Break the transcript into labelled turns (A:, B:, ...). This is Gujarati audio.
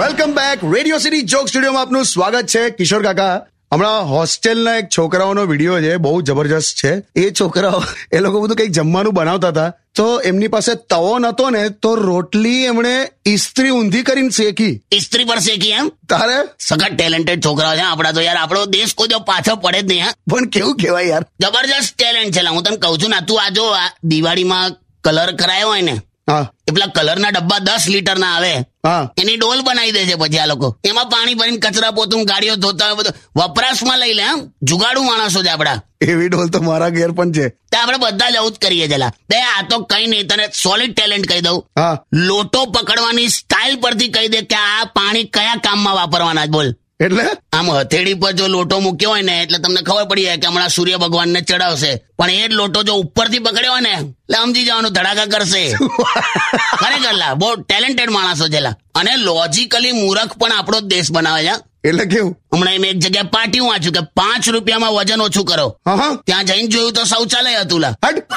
A: Welcome back radio city joke સ્ટુડિયોમાં આપનું સ્વાગત છે કિશોર કાકા હમણાં હોસ્ટેલના એક છોકરાઓનો વિડીયો છે બહુ જબરજસ્ત છે એ છોકરાઓ એ લોકો બધું કંઈક જમવાનું બનાવતા હતા તો એમની પાસે તવો નતો ને તો રોટલી એમણે ઇસ્ત્રી ઊંધી કરીને શેકી
B: ઇસ્ત્રી પર શેકી એમ
A: તારે
B: સખત ટેલેન્ટેડ છોકરાઓ છે આપડા તો યાર આપણો દેશ કોઈ જો પાછો પડે જ નહીં હા
A: પણ કેવું કહેવાય યાર
B: જબરજસ્ત ટેલેન્ટ છે લા. હું તને કહું છું ને તું આ જો આ દિવાળીમાં કલર કરાયો હોય ને
A: હા
B: એ પેલા કલરના ડબ્બા દસ લીટર ના આવે
A: હા
B: એની ડોલ બનાવી દે છે પછી આ લોકો એમાં પાણી ભરીને કચરા પોતું ગાડીઓ ધોતા હોય બધું વપરાશમાં લઈ લે એમ જુગાડુ માણસો છે આપડા
A: એવી ડોલ તો મારા ઘેર પણ છે
B: તે આપણે બધા જ આવું જ કરીએ જલા બે આ તો કઈ નહીં તને સોલિડ ટેલેન્ટ કહી દઉં
A: હા
B: લોટો પકડવાની સ્ટાઇલ પરથી કહી દે કે આ પાણી કયા કામમાં વાપરવાના છે, બોલ
A: એટલે
B: આમ હથેળી પર જો લોટો મૂક્યો હોય ને એટલે તમને ખબર પડી જાય કે હમણાં સૂર્ય ભગવાનને ચડાવશે પણ એ જ લોટો જો ઉપરથી પકડ્યો હોય ને એટલે સમજી જવાનું ધડાકા કરશે ખરેખર લા બહુ ટેલેન્ટેડ માણસો છે લા અને લોજિકલી મૂરખ પણ આપણો જ દેશ બનાવે છે હા.
A: એટલે કેવું
B: હમણાં મેં એક જગ્યાએ પાટી વાંચ્યું કે પાંચ રૂપિયામાં વજન ઓછું કરો
A: હા હા
B: ત્યાં જઈને જોયું તો શૌચાલય હતું લા
A: હટ